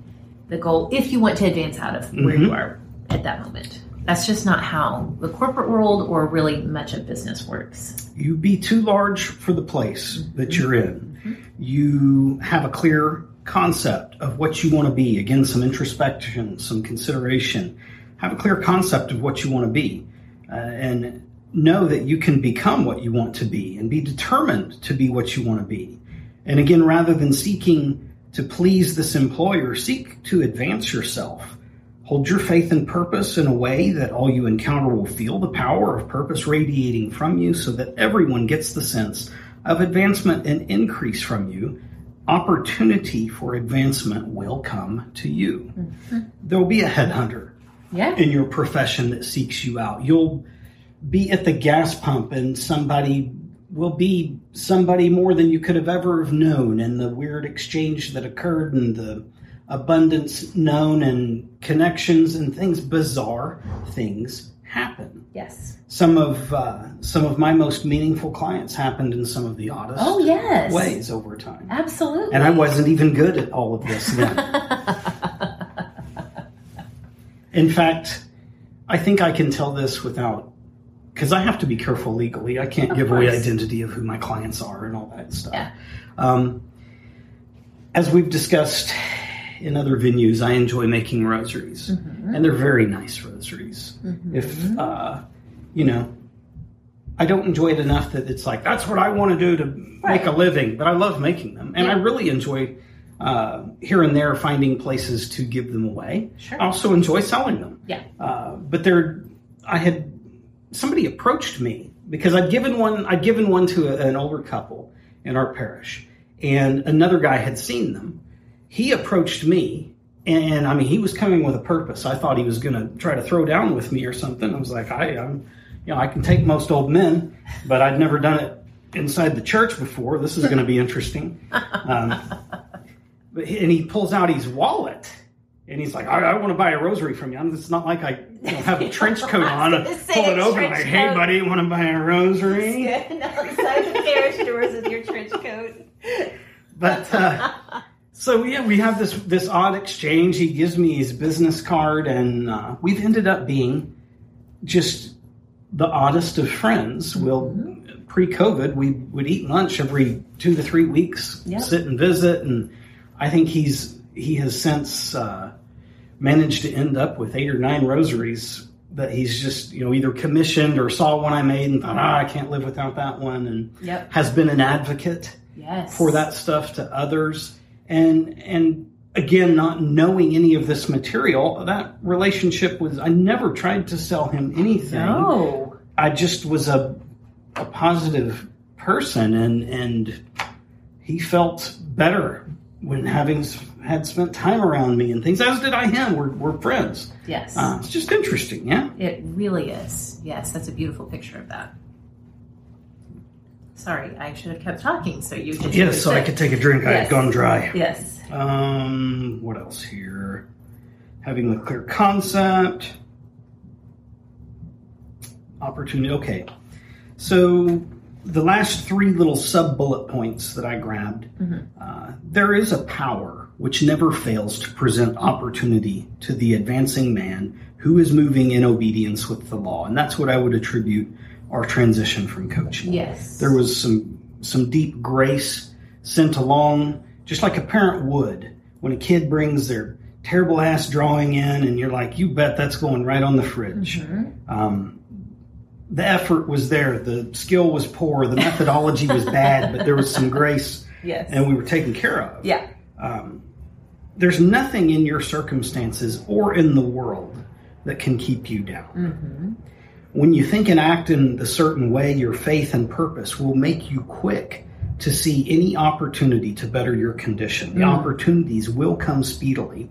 S2: the goal if you want to advance out of where
S3: Mm-hmm.
S2: you are at that moment. That's just not how the corporate world or really much of business works.
S3: You be too large for the place that you're in. You have a clear concept of what you want to be. Again, some introspection, some consideration. Have a clear concept of what you want to be. Uh, and know that you can become what you want to be and be determined to be what you want to be. And again, rather than seeking to please this employer, seek to advance yourself. Hold your faith and purpose in a way that all you encounter will feel the power of purpose radiating from you so that everyone gets the sense of advancement and increase from you. Opportunity for advancement will come to you. There will be a headhunter
S2: Yeah.
S3: in your profession that seeks you out. You'll be at the gas pump and somebody will be somebody more than you could have ever have known and the weird exchange that occurred and the abundance known and connections and things bizarre things happen
S2: Yes.
S3: some of uh, some of my most meaningful clients happened in some of the oddest
S2: Oh, yes.
S3: ways over time
S2: Absolutely.
S3: and I wasn't even good at all of this then. In fact, I think I can tell this without, because I have to be careful legally. I can't give away
S2: course.
S3: identity of who my clients are and all that stuff.
S2: Yeah.
S3: Um, as we've discussed in other venues, I enjoy making rosaries,
S2: Mm-hmm.
S3: and they're very nice rosaries. If uh, you know, I don't enjoy it enough that it's like that's what I want to do to make a living, but I love making them, and I really enjoy uh, here and there finding places to give them away.
S2: Sure.
S3: I also enjoy selling them.
S2: Yeah.
S3: Uh, but there, I had somebody approached me because I'd given one. I'd given one to a, an older couple in our parish, and another guy had seen them. He approached me, and I mean, he was coming with a purpose. I thought he was going to try to throw down with me or something. I was like, I, I'm, you know, I can take most old men, but I'd never done it inside the church before. This is going to be interesting. Um, but he- and he pulls out his wallet. And he's like, I, I want to buy a rosary from you. I'm- It's not like I you know, have a trench coat on. I
S2: I was gonna
S3: pull
S2: say,
S3: it over.
S2: trench
S3: Like, hey,
S2: coat.
S3: buddy, want to buy a rosary?
S2: Outside the carriage doors with your trench coat.
S3: But uh, so yeah, we have this this odd exchange. He gives me his business card, and uh, we've ended up being just the oddest of friends. We'll pre-COVID, we would eat lunch every two to three weeks,
S2: Yep.
S3: sit and visit, and I think he's he has since uh, managed to end up with eight or nine rosaries that he's just you know either commissioned or saw one I made and thought, ah, I can't live without that one, and
S2: Yep.
S3: has been an advocate
S2: Yes.
S3: for that stuff to others and and again not knowing any of this material that relationship was i never tried to sell him anything
S2: No.
S3: i just was a a positive person and and he felt better when having s- had spent time around me and things as did i him we're, we're friends
S2: Yes.
S3: uh, it's just interesting yeah
S2: It really is. Yes, that's a beautiful picture of that. Sorry, I should have kept talking so you could.
S3: yeah so i could take a drink i
S2: Yes.
S3: had gone dry
S2: Yes.
S3: Um, what else here? Having a clear concept. Opportunity. Okay. So the last three little sub bullet points that I grabbed uh, there is a power which never fails to present opportunity to the advancing man who is moving in obedience with the law. And that's what I would attribute our transition from coaching
S2: Yes.
S3: there was some some deep grace sent along just like a parent would when a kid brings their terrible ass drawing in and you're like you bet that's going right on the fridge um, the effort was there the skill was poor the methodology was bad but there was some grace
S2: Yes.
S3: and we were taken care of
S2: yeah.
S3: there's nothing in your circumstances or in the world that can keep you down. When you think and act in a certain way, your faith and purpose will make you quick to see any opportunity to better your condition. The opportunities will come speedily.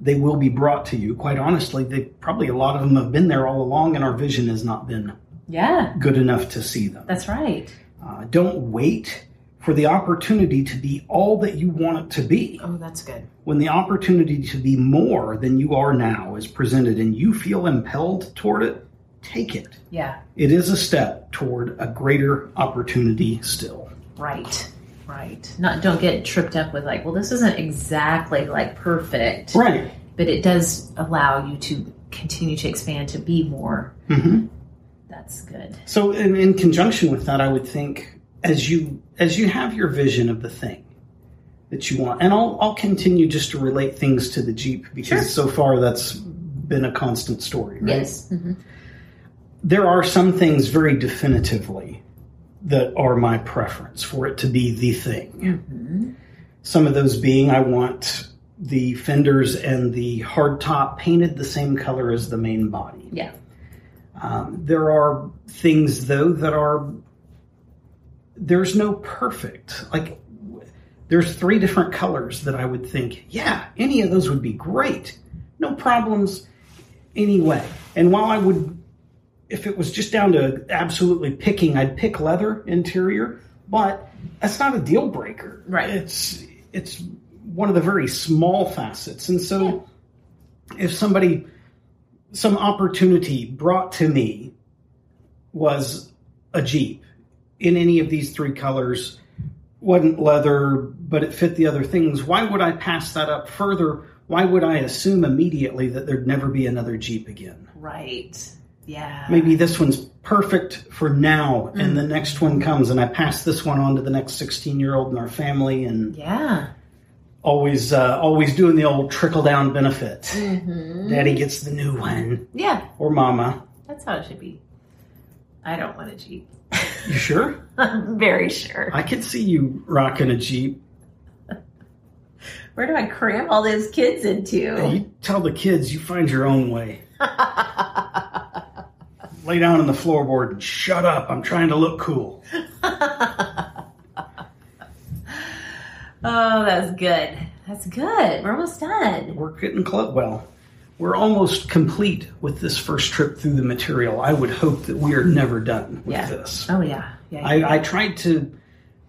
S3: They will be brought to you. Quite honestly, they probably a lot of them have been there all along, and our vision has not been
S2: Yeah.
S3: good enough to see them.
S2: That's right.
S3: Uh, don't wait for the opportunity to be all that you want it to be
S2: Oh, that's good.
S3: when the opportunity to be more than you are now is presented and you feel impelled toward it, take it.
S2: Yeah.
S3: It is a step toward a greater opportunity still.
S2: Right. Right. Not don't get tripped up with like, well, this isn't exactly like perfect,
S3: Right.
S2: but it does allow you to continue to expand to be more.
S3: Mhm.
S2: That's good.
S3: So in, in conjunction with that, I would think as you as you have your vision of the thing that you want, and I'll I'll continue just to relate things to the Jeep because so far that's been a constant story, right?
S2: Yes. hmm
S3: there are some things very definitively that are my preference for it to be the thing. Some of those being I want the fenders and the hard top painted the same color as the main body.
S2: Yeah.
S3: Um, there are things though that are there's no perfect. Like there's three different colors that I would think, yeah, any of those would be great. No problems anyway. And while I would if it was just down to absolutely picking, I'd pick leather interior, but that's not a deal breaker.
S2: Right.
S3: It's it's one of the very small facets. And so if somebody some opportunity brought to me was a Jeep in any of these three colors, wasn't leather, but it fit the other things, why would I pass that up further? Why would I assume immediately that there'd never be another Jeep again?
S2: Right. Mm. Yeah.
S3: maybe this one's perfect for now and the next one comes and i pass this one on to the next 16 year old in our family and
S2: Yeah.
S3: always uh, always doing the old trickle down benefit
S2: Mm-hmm.
S3: daddy gets the new one
S2: Yeah.
S3: or mama
S2: That's how it should be. I don't want a Jeep.
S3: you sure
S2: I'm very sure.
S3: i could see you rocking a jeep
S2: Where do I cram all those kids into?
S3: you tell the kids you find your own way lay down on the floorboard and shut up i'm trying to look cool
S2: Oh, that's good. That's good. We're almost done.
S3: We're getting close. Well, we're almost complete with this first trip through the material. I would hope that we are never done with
S2: Yeah.
S3: this.
S2: Oh yeah. Yeah. yeah.
S3: I, I tried to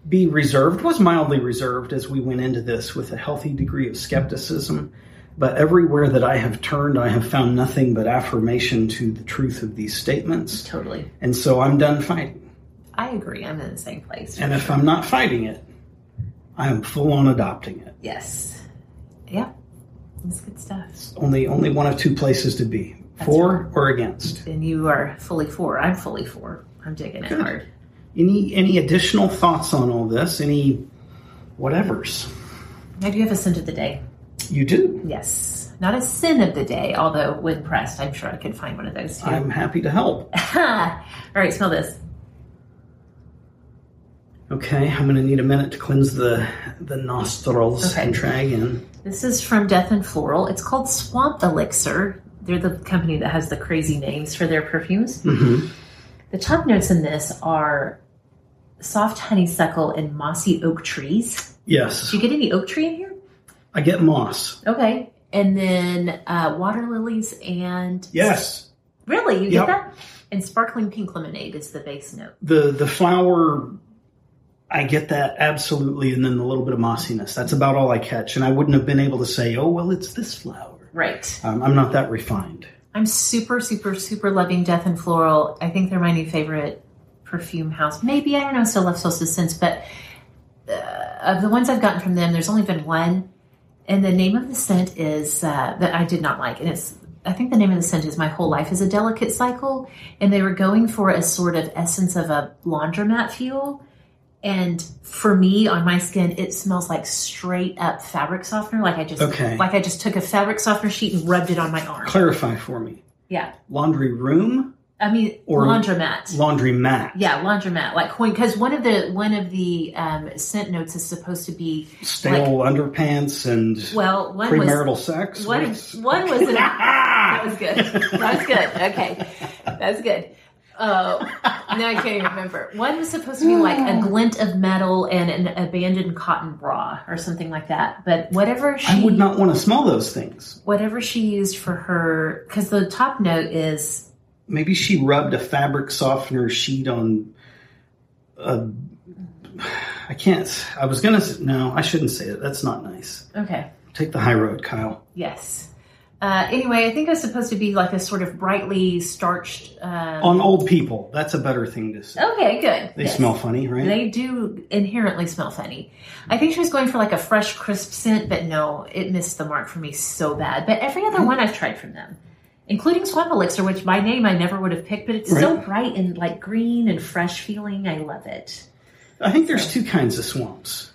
S3: be reserved, was mildly reserved as we went into this with a healthy degree of skepticism. But everywhere that I have turned, I have found nothing but affirmation to the truth of these statements.
S2: totally.
S3: And so I'm done fighting.
S2: I agree. I'm in the same place.
S3: And if I'm not fighting it, I'm full on adopting it.
S2: Yes. Yeah. That's good stuff.
S3: Only only one of two places to be for or against.
S2: And you are fully for. I'm fully for. I'm digging it hard.
S3: Any any additional thoughts on all this? Any whatevers?
S2: I do have a scent of the day.
S3: You do.
S2: Yes. Not a sin of the day, although when pressed, I'm sure I could find one of those too.
S3: I'm happy to help.
S2: All right, smell this.
S3: Okay, I'm going to need a minute to cleanse the the nostrils
S2: Okay.
S3: and try again.
S2: This is from Death and Floral. It's called Swamp Elixir. They're the company that has the crazy names for their perfumes. The top notes in this are soft honeysuckle and mossy oak trees.
S3: Yes,
S2: Do you get any oak tree in here?
S3: I get moss.
S2: Okay. And then uh, water lilies and
S3: Yes,
S2: really you
S3: Yep.
S2: get that. And sparkling pink lemonade is the base note.
S3: the the flower. I get that absolutely, and then the little bit of mossiness. That's about all I catch, and I wouldn't have been able to say, "Oh well, it's this flower."
S2: Right.
S3: Um, I'm not that refined.
S2: I'm super, super, super loving Death and Floral. I think they're my new favorite perfume house. Maybe I don't know. Still love Solstice since, but uh, of the ones I've gotten from them, there's only been one, and the name of the scent is uh, that I did not like, and it's. I think the name of the scent is My Whole Life is a Delicate Cycle, and they were going for a sort of essence of a laundromat feel. And for me, on my skin, it smells like straight up fabric softener. Like I just,
S3: Okay.
S2: like I just took a fabric softener sheet and rubbed it on my arm.
S3: Clarify for me.
S2: Yeah.
S3: Laundry room,
S2: I mean,
S3: Or-
S2: laundromat.
S3: laundry mat.
S2: yeah, laundromat, like coin. Because one of the one of the um, scent notes is supposed to be
S3: Stale underpants and
S2: well. One
S3: premarital
S2: was
S3: sex.
S2: one.
S3: What's- Ah!
S2: One was an, that was good. That was good. Okay, that's good. Uh, now I can't even remember. One was supposed to be like a glint of metal and an abandoned cotton bra or something like that. But whatever she
S3: I would not want to smell those things.
S2: whatever she used for her, because the top note is
S3: Maybe she rubbed a fabric softener sheet on. A, I can't. I was gonna. s- No, I shouldn't say it. That's not nice.
S2: okay.
S3: Take the high road, Kyle.
S2: Yes. Uh, anyway, I think it was supposed to be like a sort of brightly starched. Um,
S3: On old people, that's a better thing to say.
S2: okay, good.
S3: They
S2: Oh, Yes.
S3: smell funny, right?
S2: They do inherently smell funny. I think she was going for like a fresh, crisp scent, but no, it missed the mark for me so bad. But every other one I've tried from them, including Swamp Elixir, which by name I never would have picked, but it's so
S3: Right.
S2: bright and like green and fresh feeling. I love it.
S3: I think there's two kinds of swamps.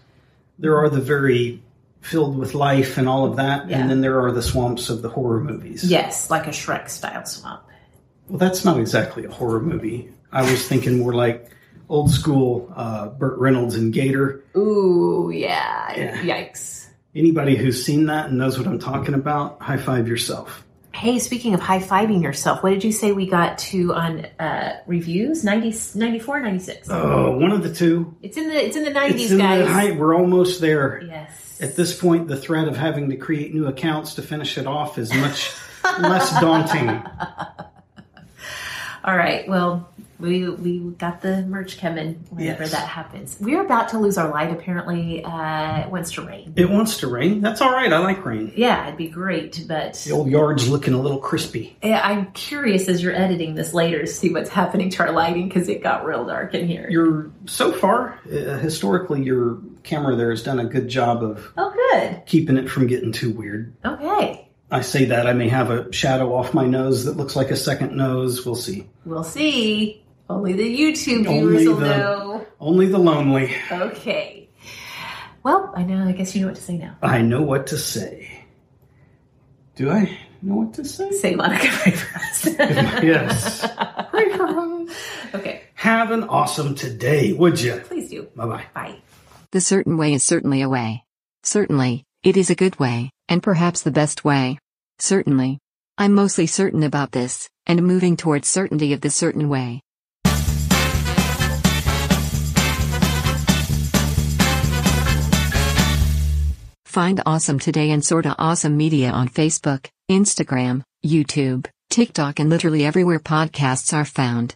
S3: There are the very filled with life and all of that,
S2: Yeah.
S3: and then there are the swamps of the horror movies.
S2: Yes, like a Shrek style swamp.
S3: Well, that's not exactly a horror movie. I was thinking more like old school uh, Burt Reynolds and Gator.
S2: Ooh, yeah.
S3: Yeah.
S2: Yikes.
S3: Anybody who's seen that and knows what I'm talking about, high five yourself.
S2: Hey, speaking of high fiving yourself, what did you say we got to on uh, reviews? 90, 94, 96?
S3: Oh, one of the two.
S2: It's in the it's in the nineties,
S3: It's in
S2: guys.
S3: the high. We're almost there.
S2: yes.
S3: At this point, the threat of having to create new accounts to finish it off is much less daunting.
S2: All right. Well, we we got the merch coming whenever
S3: Yes.
S2: that happens. We're about to lose our light. Apparently, uh, it wants to rain.
S3: It wants to rain. That's all right. I like rain.
S2: Yeah, it'd be great, but
S3: The old yard's looking a little crispy.
S2: Yeah, I'm curious as you're editing this later to see what's happening to our lighting because it got real dark in here.
S3: You're so far uh, historically, your camera there has done a good job of
S2: oh, good.
S3: keeping it from getting too weird.
S2: Okay.
S3: I say that I may have a shadow off my nose that looks like a second nose. We'll see.
S2: We'll see. Only the YouTube
S3: Only
S2: viewers will
S3: the-
S2: know.
S3: Only the lonely.
S2: Okay. Well, I know. I guess you know what to say now.
S3: I know what to say. Do I know what to say?
S2: Say Monica pray for us.
S3: yes. Pray for us.
S2: okay.
S3: Have an awesome today, would you?
S2: Please do.
S3: Bye bye.
S2: Bye.
S1: The certain way is certainly a way. Certainly, it is a good way, and perhaps the best way. Certainly. I'm mostly certain about this, and moving towards certainty of the certain way. Find Awesome Today and Sorta Awesome Media on Facebook, Instagram, YouTube, TikTok, and literally everywhere podcasts are found.